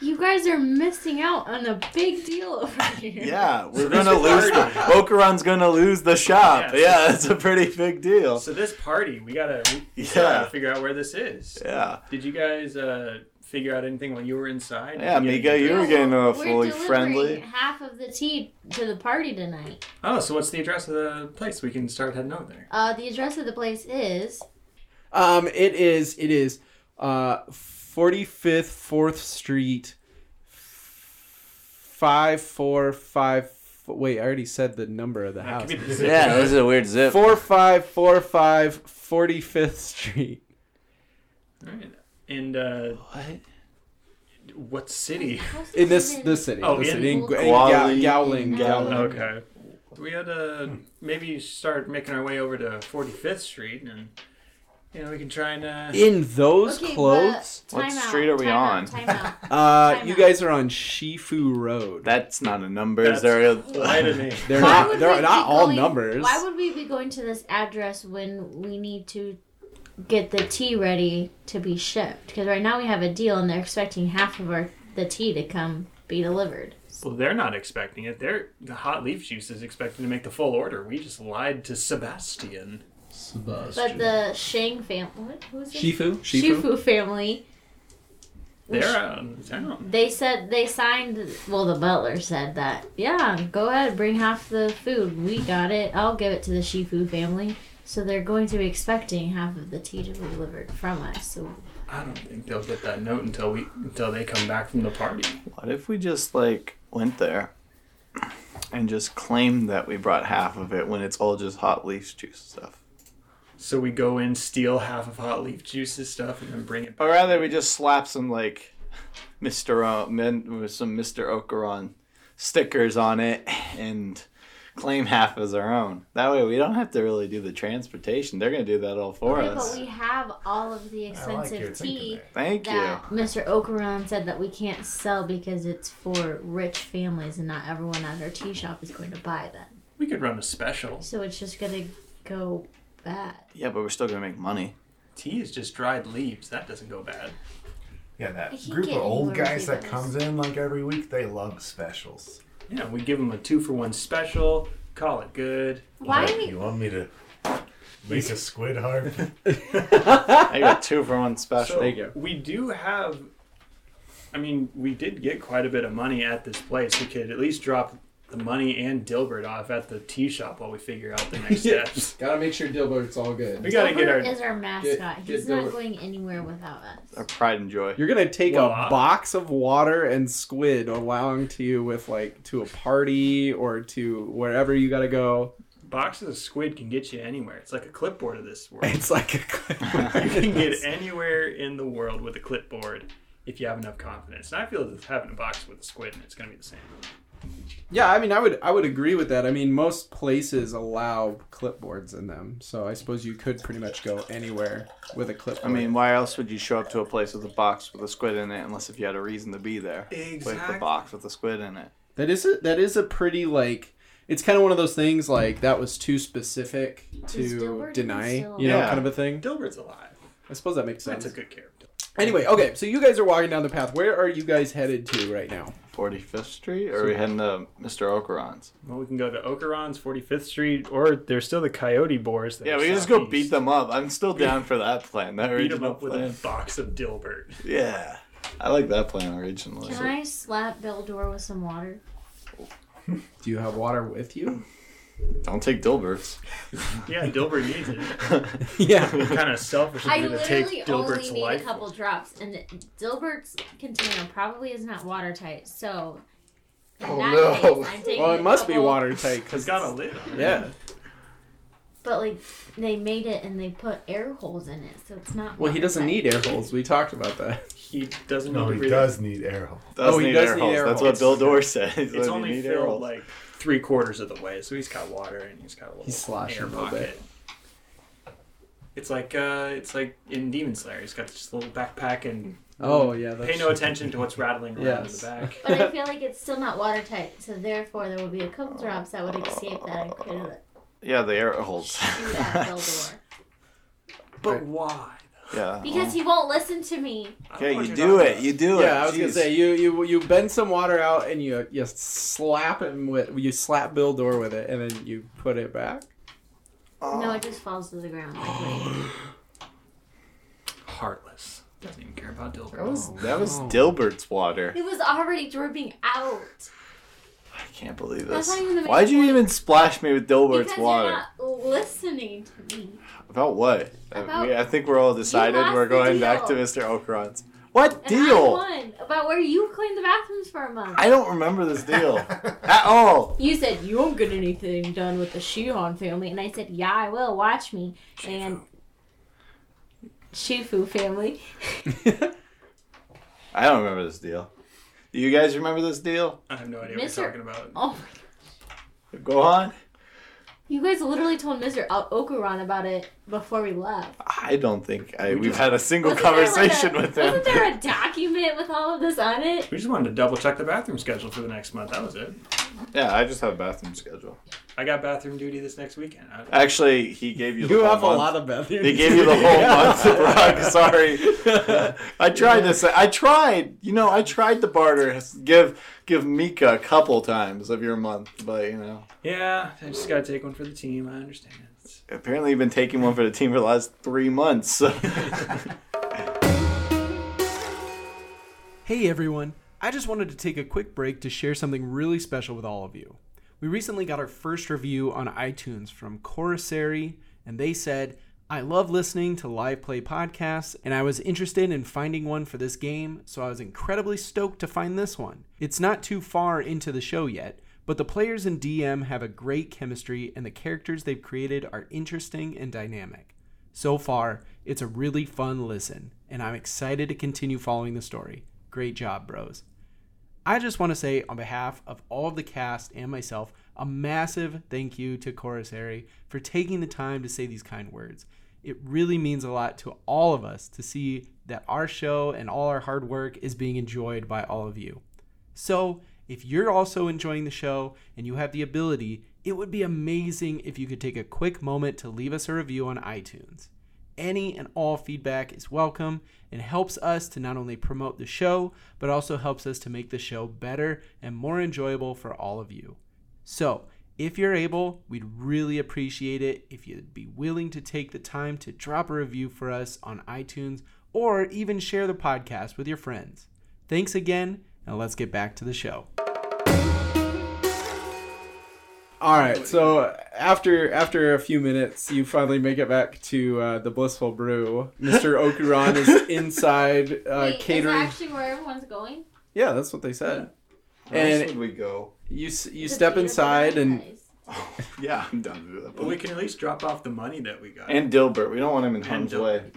Speaker 2: you guys are missing out on a big deal over here.
Speaker 6: Yeah, we're
Speaker 5: this
Speaker 6: gonna
Speaker 5: is
Speaker 6: lose. The,
Speaker 5: already-
Speaker 6: Ocaron's gonna lose the shop.
Speaker 5: Yeah,
Speaker 6: Yeah,
Speaker 5: so-
Speaker 6: it's a pretty big deal.
Speaker 5: So this party, we gotta, we
Speaker 6: Yeah.
Speaker 5: gotta figure out where this is.
Speaker 6: Yeah,
Speaker 5: Did you guys uh, figure out anything while you were inside?
Speaker 6: yeah,
Speaker 5: Did you get
Speaker 6: Mika,
Speaker 5: any-
Speaker 6: you were getting
Speaker 2: We're
Speaker 6: uh, fully
Speaker 2: delivering
Speaker 6: friendly.
Speaker 2: half of the tea to the party tonight.
Speaker 5: Oh, so what's the address of the place? We can start heading over there.
Speaker 2: Uh, the address of the place is
Speaker 7: Um, it is it is uh forty fifth Fourth Street five four five. Wait, I already said the number of the
Speaker 5: That
Speaker 7: house.
Speaker 5: could be the zip
Speaker 6: Yeah,
Speaker 5: code.
Speaker 6: this is a weird zip.
Speaker 7: Four five four five Forty Fifth Street.
Speaker 5: All right. And uh,
Speaker 6: What?
Speaker 5: what city?
Speaker 7: In this this city,
Speaker 5: Oh,
Speaker 7: this
Speaker 5: in-
Speaker 7: city, in, in,
Speaker 6: Gwali-
Speaker 7: Ga- Gowling, Gowling.
Speaker 2: Gowling.
Speaker 5: Okay. We had to maybe start making our way over to 45th Street, and you know we can try and uh,
Speaker 7: In those
Speaker 2: Okay, but
Speaker 7: clothes,
Speaker 2: time
Speaker 6: What
Speaker 2: out,
Speaker 6: street are we
Speaker 2: time out,
Speaker 6: on?
Speaker 2: time out.
Speaker 7: uh,
Speaker 2: time
Speaker 7: you
Speaker 2: out.
Speaker 7: guys are on Shifu Road.
Speaker 6: That's not a number. Is
Speaker 5: That's-
Speaker 6: there a,
Speaker 5: lie to me.
Speaker 7: They're
Speaker 2: Why
Speaker 7: not.
Speaker 2: would
Speaker 7: They're
Speaker 2: we
Speaker 7: not
Speaker 2: be
Speaker 7: all
Speaker 2: going-
Speaker 7: numbers.
Speaker 2: Why would we be going to this address when we need to get the tea ready to be shipped? Because right now we have a deal, and they're expecting half of our the tea to come be delivered.
Speaker 5: Well, they're not expecting it. They're the hot leaf juice is expecting to make the full order. We just lied to Sebastian.
Speaker 2: But the Shang family, who's it?
Speaker 7: Shifu? Shifu.
Speaker 2: Shifu family,
Speaker 5: They're out of town.
Speaker 2: they said they signed. Well, the butler said that. Yeah, go ahead, bring half the food. We got it. I'll give it to the Shifu family. So they're going to be expecting half of the tea to be delivered from us. So
Speaker 5: I don't think they'll get that note until we until they come back from the party.
Speaker 6: What if we just like went there and just claimed that we brought half of it when it's all just hot leaf juice stuff?
Speaker 5: So we go in, steal half of hot leaf juice's stuff, and then bring it back.
Speaker 6: Or rather, we just slap some like Mr. O- men with some Mr. Ocaron stickers on it and claim half as our own. That way, we don't have to really do the transportation. They're gonna do that all for
Speaker 2: Okay, but
Speaker 6: us.
Speaker 2: we have all of the
Speaker 4: I like your
Speaker 2: expensive
Speaker 4: thinking
Speaker 2: tea
Speaker 4: there.
Speaker 6: Thank you.
Speaker 2: that Mr. Ocaron said that we can't sell because it's for rich families and not everyone at our tea shop is going to buy them.
Speaker 5: We could run a special.
Speaker 2: So it's just gonna go bad.
Speaker 6: Yeah, but we're still gonna make money.
Speaker 5: Tea is just dried leaves. That doesn't go bad.
Speaker 4: Yeah, that
Speaker 2: I can
Speaker 4: group
Speaker 2: get
Speaker 4: of old
Speaker 2: anywhere
Speaker 4: guys
Speaker 2: with
Speaker 4: that
Speaker 2: you
Speaker 4: comes in like every week, they love specials.
Speaker 5: Yeah, we give them a two for one special. Call it good.
Speaker 2: Why
Speaker 4: Like, You want me to make a squid harp?
Speaker 6: I got two for one special.
Speaker 5: So
Speaker 7: Thank you.
Speaker 5: we do have. I mean, we did get quite a bit of money at this place. We could at least drop the money and Dilbert off at the tea shop while we figure out the next steps.
Speaker 7: Gotta make sure Dilbert's all good.
Speaker 5: We gotta get
Speaker 2: Dilbert
Speaker 5: our.
Speaker 2: is our mascot.
Speaker 7: get
Speaker 2: He's not
Speaker 7: Dilbert.
Speaker 2: going anywhere without us.
Speaker 6: Our pride and joy.
Speaker 7: You're gonna take
Speaker 5: Well,
Speaker 7: a
Speaker 5: I-
Speaker 7: box of water and squid along to you with like to a party or to wherever you gotta go.
Speaker 5: Boxes of squid can get you anywhere. It's like a clipboard of this world.
Speaker 7: It's like a
Speaker 5: you can get anywhere in the world with a clipboard if you have enough confidence. And I feel that having a box with a squid and it's going to be the same.
Speaker 7: Yeah, I mean I would I would agree with that. I mean most places allow clipboards in them, so I suppose you could pretty much go anywhere with a
Speaker 6: I
Speaker 7: clipboard.
Speaker 6: mean, why else would you show up to a place with a box with a squid in it unless if you had a reason to be there? With
Speaker 5: Exactly.
Speaker 6: the box with the squid in it.
Speaker 7: That is a that is a pretty like it's kind of one of those things like that was too specific
Speaker 2: Is
Speaker 7: to
Speaker 2: Dilbert
Speaker 7: deny,
Speaker 2: still-
Speaker 7: you know,
Speaker 6: Yeah.
Speaker 7: kind of a thing.
Speaker 5: Dilbert's alive.
Speaker 7: I suppose that makes
Speaker 5: That's
Speaker 7: sense.
Speaker 5: a good character.
Speaker 7: Anyway, okay, so you guys are walking down the path. Where are you guys headed to right now?
Speaker 6: 45th Street? Or are we heading to Mr. Ocaron's?
Speaker 5: Well, we can go to Ocaron's, 45th Street, or there's still the Coyote Boars. that
Speaker 6: Yeah,
Speaker 5: are
Speaker 6: we can just go
Speaker 5: southeast.
Speaker 6: beat them up. I'm still down for that plan. That
Speaker 5: Beat
Speaker 6: original
Speaker 5: them up with
Speaker 6: plan.
Speaker 5: a box of Dilbert.
Speaker 6: Yeah. I like that plan originally.
Speaker 2: Can I slap Bildor with some water?
Speaker 7: Do you have water with you?
Speaker 6: Don't take Dilbert's.
Speaker 5: Yeah, Dilbert needs it.
Speaker 7: Yeah.
Speaker 5: kind of selfish of
Speaker 2: I
Speaker 5: you to take
Speaker 2: literally only
Speaker 5: Dilbert's
Speaker 2: need
Speaker 5: life.
Speaker 2: a couple drops, and Dilbert's container probably is not watertight. So, in
Speaker 6: Oh,
Speaker 2: that
Speaker 6: no.
Speaker 2: case, I'm taking
Speaker 7: Well,
Speaker 2: a
Speaker 7: it must be
Speaker 2: couple-
Speaker 7: watertight
Speaker 5: It's
Speaker 7: because
Speaker 5: got a lid on it.
Speaker 7: yeah.
Speaker 2: But like, they made it and they put air holes in it, so it's not.
Speaker 7: Well, he doesn't
Speaker 2: watertight.
Speaker 7: need air holes. We talked about that.
Speaker 5: He doesn't
Speaker 4: No,
Speaker 5: need to
Speaker 4: he
Speaker 5: breathe.
Speaker 4: does need air hole.
Speaker 6: Does
Speaker 7: Oh, he
Speaker 6: need
Speaker 7: does
Speaker 6: air
Speaker 7: need
Speaker 6: holes.
Speaker 7: air
Speaker 6: That's
Speaker 7: holes.
Speaker 6: what Bill Dorr said. He
Speaker 5: It's
Speaker 6: said, "You
Speaker 5: only
Speaker 6: need air
Speaker 5: filled
Speaker 6: holes."
Speaker 5: like three quarters of the way, so he's got water and he's got a little
Speaker 7: He's sloshing
Speaker 5: air
Speaker 7: a little
Speaker 5: pocket.
Speaker 7: bit.
Speaker 5: It's like uh, it's like in Demon Slayer. He's got this little backpack and
Speaker 7: Oh yeah. That's
Speaker 5: pay no attention to what's rattling around
Speaker 7: Yes.
Speaker 5: in the back.
Speaker 2: But I feel like it's still not watertight, so therefore there will be a couple drops that would escape that I could
Speaker 6: yeah, the air holes.
Speaker 2: shoot at Dumbledore.
Speaker 5: But why?
Speaker 6: yeah.
Speaker 2: Because he won't listen to me.
Speaker 5: I don't
Speaker 6: Okay,
Speaker 5: know what
Speaker 6: you
Speaker 5: you're
Speaker 6: do
Speaker 5: talking
Speaker 6: it.
Speaker 5: about.
Speaker 6: You do it.
Speaker 7: Yeah, I was gonna
Speaker 6: Jeez.
Speaker 7: say you you you bend some water out and you you slap him with you slap Bill Door with it and then you put it back.
Speaker 2: No, it just falls to the ground. Like, wait.
Speaker 5: heartless. Doesn't even care about Dilbert.
Speaker 6: That
Speaker 7: Oh.
Speaker 6: was that was Dilbert's water.
Speaker 2: It was already dripping out.
Speaker 6: I can't believe
Speaker 2: That's
Speaker 6: this.
Speaker 2: not even the main
Speaker 6: Why'd you
Speaker 2: point.
Speaker 6: even splash me with Dilbert's
Speaker 2: because
Speaker 6: water?
Speaker 2: you're not listening to me.
Speaker 6: About what? I-
Speaker 2: About-
Speaker 6: we, I think we're all decided
Speaker 2: lost
Speaker 6: we're
Speaker 2: the
Speaker 6: going back to
Speaker 2: deal.
Speaker 6: Mr. Okron's. What
Speaker 2: And I
Speaker 6: deal?
Speaker 2: won about where you cleaned the bathrooms for a month.
Speaker 6: I don't remember this deal at all.
Speaker 2: You said you won't get anything done with the Shihon family, and I said, "Yeah, I will. Watch me." And Shifu family.
Speaker 6: I don't remember this deal. Do you guys remember this deal?
Speaker 5: I have no idea what
Speaker 2: Mr.
Speaker 5: you're talking about.
Speaker 2: Oh, my-
Speaker 6: Go on.
Speaker 2: you guys literally told Mister Okuran about it before we left.
Speaker 6: I don't think I, we've had a single
Speaker 2: Wasn't there, like,
Speaker 6: conversation
Speaker 2: a-
Speaker 6: with him.
Speaker 2: Wasn't there a document with all of this on it?
Speaker 5: We just wanted to double check the bathroom schedule for the next month. That was it.
Speaker 6: Yeah, I just have a bathroom schedule.
Speaker 5: I got bathroom duty this next weekend. I,
Speaker 6: Actually, he gave you. The
Speaker 7: You
Speaker 6: whole
Speaker 7: have a
Speaker 6: month.
Speaker 7: lot of bathroom.
Speaker 6: They gave you the whole month, Brock. Sorry, I tried to say I tried. You know, I tried to barter. Give give Mika a couple times of your month, but you know,
Speaker 5: yeah, I just gotta take one for the team. I understand. It's-
Speaker 6: apparently you've been taking one for the team for the last three months. So.
Speaker 1: Hey everyone, I just wanted to take a quick break to share something really special with all of you. We recently got our first review on iTunes from Corissary, and they said, I love listening to live play podcasts, and I was interested in finding one for this game, so I was incredibly stoked to find this one. It's not too far into the show yet, but the players and DM have a great chemistry, and the characters they've created are interesting and dynamic. So far, it's a really fun listen, and I'm excited to continue following the story. Great job, bros. I just want to say, on behalf of all of the cast and myself, a massive thank you to Corissary for taking the time to say these kind words. It really means a lot to all of us to see that our show and all our hard work is being enjoyed by all of you. So, if you're also enjoying the show and you have the ability, it would be amazing if you could take a quick moment to leave us a review on iTunes. Any and all feedback is welcome and helps us to not only promote the show, but also helps us to make the show better and more enjoyable for all of you. So, if you're able, we'd really appreciate it if you'd be willing to take the time to drop a review for us on iTunes or even share the podcast with your friends. Thanks again, and let's get back to the show.
Speaker 7: All right, so after after a few minutes, you finally make it back to uh, the blissful brew. Mister Okuran is inside uh,
Speaker 2: Wait,
Speaker 7: catering.
Speaker 2: Is that actually where everyone's going?
Speaker 7: Yeah, that's what they said.
Speaker 6: Where
Speaker 7: And
Speaker 6: would we go?
Speaker 7: you s- you
Speaker 2: It's a
Speaker 7: step
Speaker 2: beautiful
Speaker 7: inside and
Speaker 2: place.
Speaker 6: Yeah, I'm done with that.
Speaker 5: But we can at least drop off the money that we got.
Speaker 6: and Dilbert, we don't want him in harm's way.
Speaker 5: Dilbert.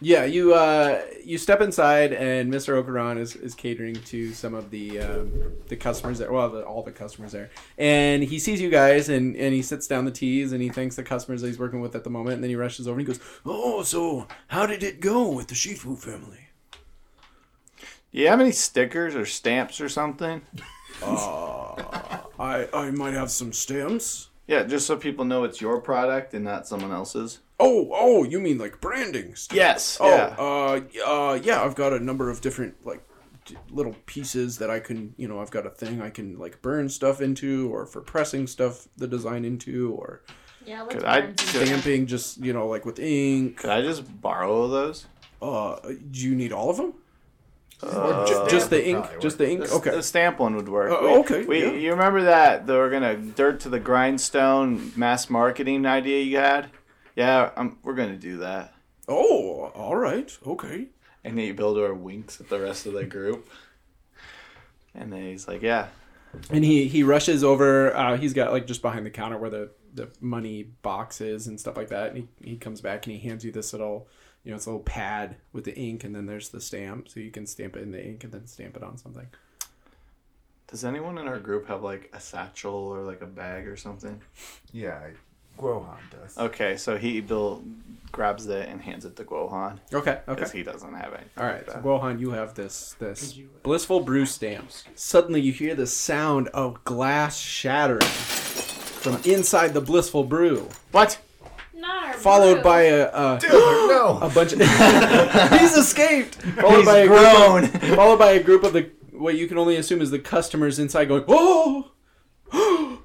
Speaker 7: yeah, you uh, you step inside and Mister Okuran is, is catering to some of the um, the customers there. Well, the, all the customers there, and he sees you guys and and he sits down the teas and he thanks the customers that he's working with at the moment. And then he rushes over and he goes,
Speaker 3: Oh, so how did it go with the Shifu family?
Speaker 6: Do you have any stickers or stamps or something?
Speaker 3: I I might have some stamps.
Speaker 6: Yeah, just so people know it's your product and not someone else's.
Speaker 3: Oh, oh, you mean like branding stamps?
Speaker 6: Yes.
Speaker 3: Oh,
Speaker 6: yeah.
Speaker 3: uh, uh, yeah, I've got a number of different like d- little pieces that I can, you know, I've got a thing I can like burn stuff into, or for pressing stuff, the design into, or
Speaker 2: Yeah, let's
Speaker 6: Could I-
Speaker 2: burn some
Speaker 6: could-
Speaker 2: stuff.
Speaker 3: stamping, just you know, like with ink.
Speaker 6: Could I just borrow those?
Speaker 3: Uh, do you need all of them? Or ju-
Speaker 7: Just the
Speaker 4: Probably
Speaker 7: ink, just the ink.
Speaker 6: The,
Speaker 7: Okay.
Speaker 6: the stamp one would work.
Speaker 3: Oh,
Speaker 6: We-
Speaker 3: okay,
Speaker 6: We,
Speaker 3: yeah.
Speaker 6: You remember that they were gonna dirt to the grindstone mass marketing idea you had? Yeah, um we're gonna do that.
Speaker 3: oh, all right, okay.
Speaker 6: And the builder winks at the rest of the group, and then he's like, "Yeah,
Speaker 7: and he he rushes over uh, he's got like just behind the counter where the the money box is and stuff like that and he, he comes back and he hands you this little you know it's a little pad with the ink and then there's the stamp so you can stamp it in the ink and then stamp it on something
Speaker 6: does anyone in our group have like a satchel or like a bag or something?"
Speaker 4: Yeah, I- Guohan does.
Speaker 6: Okay, so he Bill grabs it and hands it to Gohan
Speaker 7: okay okay
Speaker 6: because he doesn't have it.
Speaker 7: all right so gohan you have this this blissful brew stamps suddenly you hear the sound of glass shattering from inside the blissful brew
Speaker 6: What?
Speaker 2: Not our
Speaker 7: followed
Speaker 2: brew.
Speaker 7: by a, a
Speaker 4: no.
Speaker 7: a bunch of he's escaped followed
Speaker 6: He's
Speaker 7: by a
Speaker 6: grown.
Speaker 7: group of, followed by a group of the what you can only assume is the customers inside going oh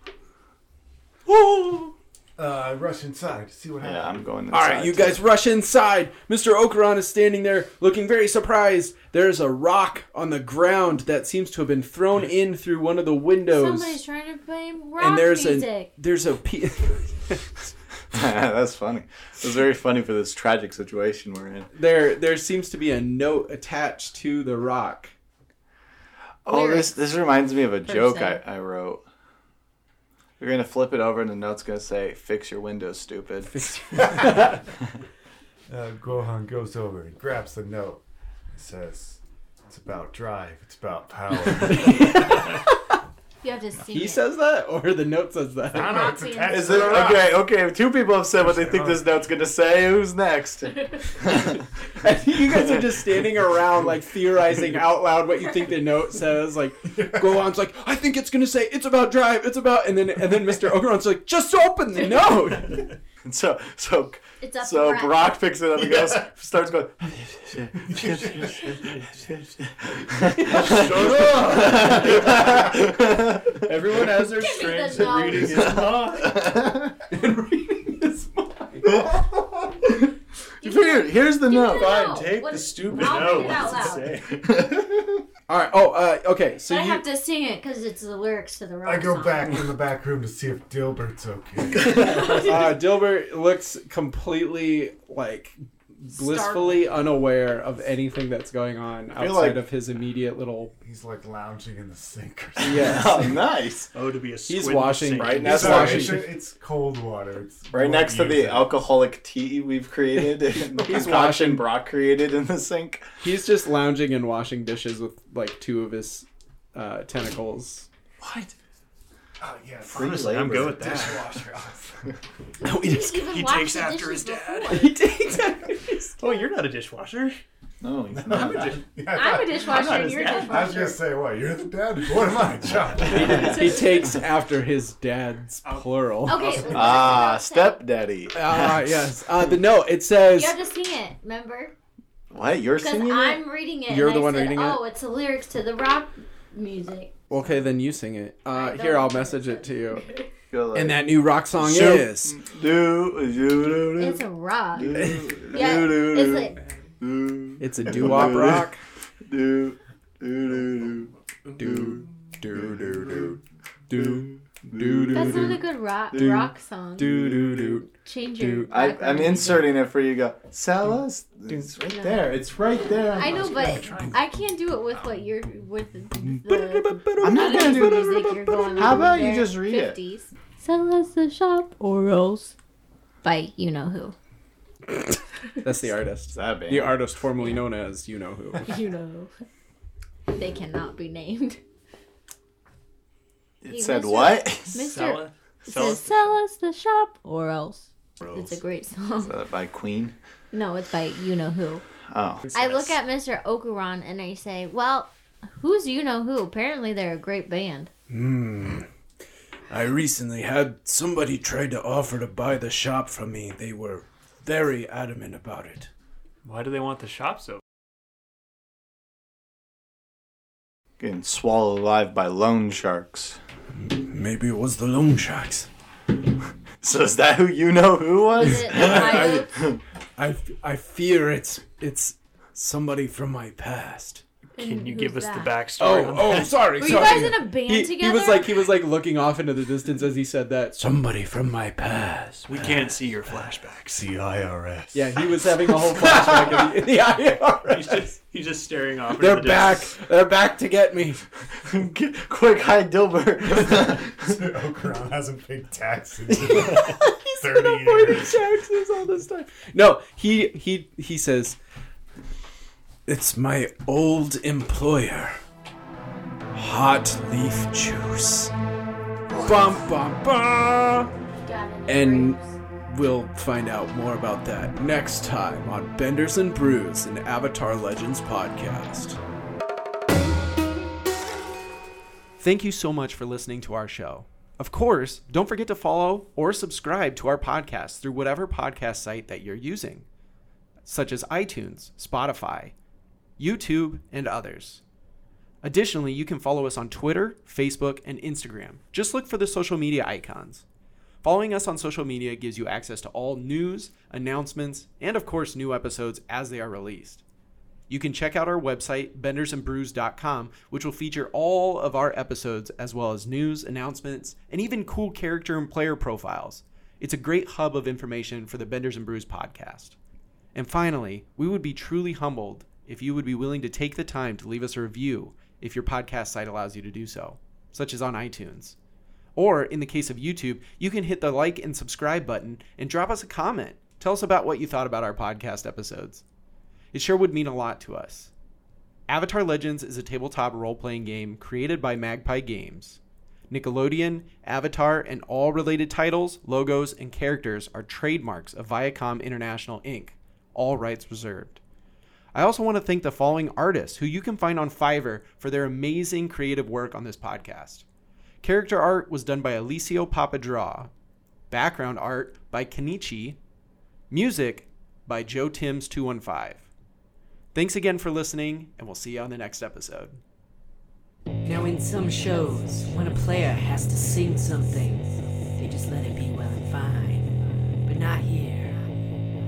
Speaker 7: oh
Speaker 4: Uh, I rush inside to see what
Speaker 6: Yeah, I'm
Speaker 4: happens.
Speaker 6: going.
Speaker 7: all right
Speaker 6: inside
Speaker 7: you
Speaker 6: to-
Speaker 7: guys rush inside mr okeron is standing there looking very surprised there's a rock on the ground that seems to have been thrown in through one of the windows
Speaker 2: Somebody's trying to play rock
Speaker 7: and there's a
Speaker 2: music.
Speaker 7: there's a pe-
Speaker 6: That's funny. It was very funny for this tragic situation we're in.
Speaker 7: there there seems to be a note attached to the rock
Speaker 6: Oh,
Speaker 2: lyrics
Speaker 6: this this reminds me of a joke I,
Speaker 2: se.
Speaker 6: I wrote. We're gonna flip it over, and the note's gonna say, "Fix your windows, stupid."
Speaker 4: Uh, Gohan goes over and grabs the note. It says, "It's about drive. It's about power."
Speaker 2: You have to see.
Speaker 7: he
Speaker 2: it.
Speaker 7: says that or the note says that
Speaker 4: I don't know. It's attached
Speaker 6: Is
Speaker 4: to
Speaker 6: it
Speaker 4: the rock.
Speaker 6: okay? Okay, two people have said what they think this note's gonna say. Who's next?
Speaker 7: you guys are just standing around, like theorizing out loud what you think the note says. Like, Gohan's like, I think it's gonna say it's about drive, it's about, and then and then Mr. Ogeron's like, just open the note.
Speaker 6: And so so
Speaker 2: It's up
Speaker 6: so
Speaker 2: for grabs.
Speaker 6: Brock picks it up and goes starts going.
Speaker 7: Everyone has their
Speaker 2: Give me
Speaker 5: Transit
Speaker 2: the note.
Speaker 5: reading is not.
Speaker 7: and reading is mine.
Speaker 6: Here, here's the
Speaker 2: Give me the
Speaker 6: note.
Speaker 5: Fine,
Speaker 2: note.
Speaker 5: take
Speaker 2: What
Speaker 5: the
Speaker 2: is-
Speaker 5: stupid
Speaker 2: I'll
Speaker 5: note.
Speaker 2: read it out
Speaker 5: What does
Speaker 2: loud.
Speaker 5: it say?
Speaker 7: All right. Oh, uh, okay. So
Speaker 2: I
Speaker 7: you
Speaker 2: have to sing it because it's the lyrics to the rock
Speaker 4: I go
Speaker 2: song.
Speaker 4: back in the back room to see if Dilbert's okay.
Speaker 7: uh, Dilbert looks completely like blissfully unaware of anything that's going on outside
Speaker 6: feel like-
Speaker 7: of his immediate little.
Speaker 4: He's like lounging in the sink or something.
Speaker 7: Yes.
Speaker 6: Oh, nice.
Speaker 5: Oh, to be a squid.
Speaker 7: He's
Speaker 5: in the
Speaker 7: washing
Speaker 5: sink.
Speaker 6: Right
Speaker 7: He's
Speaker 6: That's
Speaker 4: It's,
Speaker 6: why
Speaker 7: washing.
Speaker 4: it's, it's cold water. It's
Speaker 6: Right
Speaker 4: you
Speaker 6: next to
Speaker 4: won't use
Speaker 6: the
Speaker 4: it.
Speaker 6: alcoholic tea we've created, and the
Speaker 7: He's
Speaker 6: concoction
Speaker 7: washing-
Speaker 6: Brock created in the sink.
Speaker 7: He's just lounging and washing dishes with like two of his uh, tentacles.
Speaker 6: What?
Speaker 4: Oh, yeah, it's
Speaker 5: Honestly, I'm good with that.
Speaker 4: dishwasher.
Speaker 7: we
Speaker 2: He even
Speaker 5: He
Speaker 2: washed
Speaker 5: takes
Speaker 2: the
Speaker 5: after his
Speaker 2: dishes
Speaker 5: dad.
Speaker 2: before.
Speaker 7: He takes out
Speaker 5: Oh, you're not a dishwasher.
Speaker 6: No, he's not.
Speaker 4: Yeah, I
Speaker 2: I'm a
Speaker 4: thought-
Speaker 2: dishwasher
Speaker 5: not
Speaker 2: and
Speaker 5: his
Speaker 2: you're a
Speaker 5: dad.
Speaker 4: I was
Speaker 2: dishwasher.
Speaker 4: gonna say, what? You're the dad. What am I, John?
Speaker 7: he takes after his dad's
Speaker 2: Oh.
Speaker 7: plural.
Speaker 2: Okay. so what does the
Speaker 6: Ah,
Speaker 2: note say?
Speaker 6: stepdaddy.
Speaker 7: Ah, yes. Uh, the no, it says
Speaker 2: You have to sing it, remember?
Speaker 6: What? You're
Speaker 2: Because
Speaker 6: singing it?
Speaker 2: I'm reading it.
Speaker 7: You're
Speaker 2: and
Speaker 7: the
Speaker 2: I
Speaker 7: one
Speaker 2: said,
Speaker 7: reading it?
Speaker 2: Oh, it's the lyrics to the rock music.
Speaker 7: Okay, then you sing it. Uh,
Speaker 2: don't
Speaker 7: here I'll
Speaker 2: know.
Speaker 7: message it to you.
Speaker 6: Go like,
Speaker 7: And that new rock song
Speaker 6: Sure.
Speaker 7: is
Speaker 6: Do, do, do,
Speaker 2: It's a rock.
Speaker 6: do,
Speaker 2: Yeah,
Speaker 6: do, do,
Speaker 2: it's
Speaker 6: do,
Speaker 2: like
Speaker 6: do,
Speaker 7: It's a doo-wop rock.
Speaker 6: do, do, do,
Speaker 7: Do do do do do do
Speaker 2: that's not
Speaker 7: do
Speaker 2: a good rock
Speaker 7: Do.
Speaker 2: rock song.
Speaker 7: do do do.
Speaker 2: Change your.
Speaker 7: Do.
Speaker 6: I,
Speaker 2: background
Speaker 6: I'm
Speaker 2: music.
Speaker 6: inserting it for you. Go sell us. It's right there. It's right there.
Speaker 2: I know, but I can't do it with what you're with. The,
Speaker 6: I'm not gonna
Speaker 2: other
Speaker 6: do.
Speaker 2: music you're going
Speaker 6: How
Speaker 2: with
Speaker 6: about you
Speaker 2: there.
Speaker 6: just read it?
Speaker 2: 50s. Sell us the shop or else. By you know who.
Speaker 7: That's the artist.
Speaker 6: That
Speaker 7: The artist formerly known as you know who.
Speaker 2: You know. They cannot be named.
Speaker 6: It
Speaker 2: Hey,
Speaker 6: said
Speaker 2: Mr.
Speaker 6: what?
Speaker 2: Mister
Speaker 5: Sella?
Speaker 2: It
Speaker 5: Sella?
Speaker 2: says sell us the shop or else. It's a great song.
Speaker 6: Uh, by Queen.
Speaker 2: No, it's by you know who.
Speaker 6: Oh.
Speaker 2: I look at Mr. Okuron and I say, "Well, who's you know who? Apparently they're a great band."
Speaker 1: Hmm. I recently had somebody tried to offer to buy the shop from me. They were very adamant about it.
Speaker 5: Why do they want the shops open?
Speaker 6: Getting swallowed alive by loan sharks.
Speaker 1: Maybe it was the loan sharks.
Speaker 6: So is that who you know who
Speaker 2: Is
Speaker 6: was?
Speaker 2: it Ohio?
Speaker 1: I, I fear it's it's somebody from my past.
Speaker 5: Can
Speaker 2: And
Speaker 5: you give
Speaker 2: who's
Speaker 5: us the
Speaker 2: that?
Speaker 5: backstory?
Speaker 3: Oh,
Speaker 5: on
Speaker 3: oh, sorry,
Speaker 2: Were
Speaker 3: sorry.
Speaker 2: you guys in a band
Speaker 7: He,
Speaker 2: together?
Speaker 7: he was like he was like looking off into the distance as he said that.
Speaker 1: Somebody from my past.
Speaker 5: We can't see your flashbacks.
Speaker 4: The IRS.
Speaker 7: Yeah, he was having a whole flashback of the, the IRS.
Speaker 5: He's just he's just staring off. into
Speaker 7: They're
Speaker 5: the
Speaker 7: back.
Speaker 5: distance.
Speaker 7: They're back to get me.
Speaker 6: Quick, hi, Dilbert.
Speaker 4: Okron hasn't paid taxes in 30
Speaker 7: Avoiding
Speaker 4: years.
Speaker 7: taxes all this time. No, he he he says
Speaker 1: It's my old employer. Hot leaf juice. Bum bum bum.
Speaker 2: Got it.
Speaker 1: And- We'll find out more about that next time on Benders and Brews, an Avatar Legends podcast. Thank you so much for listening to our show. Of course, don't forget to follow or subscribe to our podcast through whatever podcast site that you're using, such as iTunes, Spotify, YouTube, and others. Additionally, you can follow us on Twitter, Facebook, and Instagram. Just look for the social media icons. Following us on social media gives you access to all news, announcements, and of course, new episodes as they are released. You can check out our website, bendersandbrews.com, which will feature all of our episodes as well as news, announcements, and even cool character and player profiles. It's a great hub of information for the Benders and Brews podcast. And finally, we would be truly humbled if you would be willing to take the time to leave us a review if your podcast site allows you to do so, such as on iTunes. Or in the case of YouTube, you can hit the like and subscribe button and drop us a comment. Tell us about what you thought about our podcast episodes. It sure would mean a lot to us. Avatar Legends is a tabletop role playing game created by Magpie Games. Nickelodeon, Avatar, and all related titles, logos, and characters are trademarks of Viacom International Inc., all rights reserved. I also want to thank the following artists who you can find on Fiverr for their amazing creative work on this podcast. Character art was done by Alessio Papadraw. Background art by Kenichi. Music by Joe Timms 215. Thanks again for listening, and we'll see you on the next episode.
Speaker 9: Now, in some shows, when a player has to sing something, they just let it be well and fine. But not here.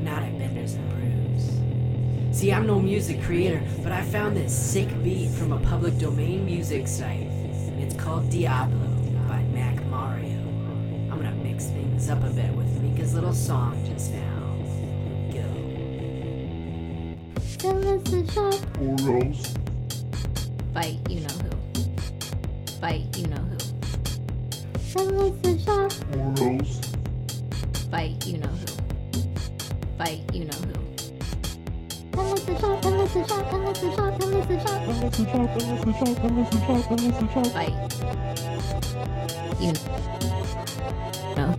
Speaker 9: Not at Benders and Brews. See, I'm no music creator, but I found this sick beat from a public domain music site, and it's called Diablo by Mac Mario. I'm gonna mix things up a bit with Mika's little song just now. Go.
Speaker 2: by you know who. By you know who. By you know who. By you know who. By you know.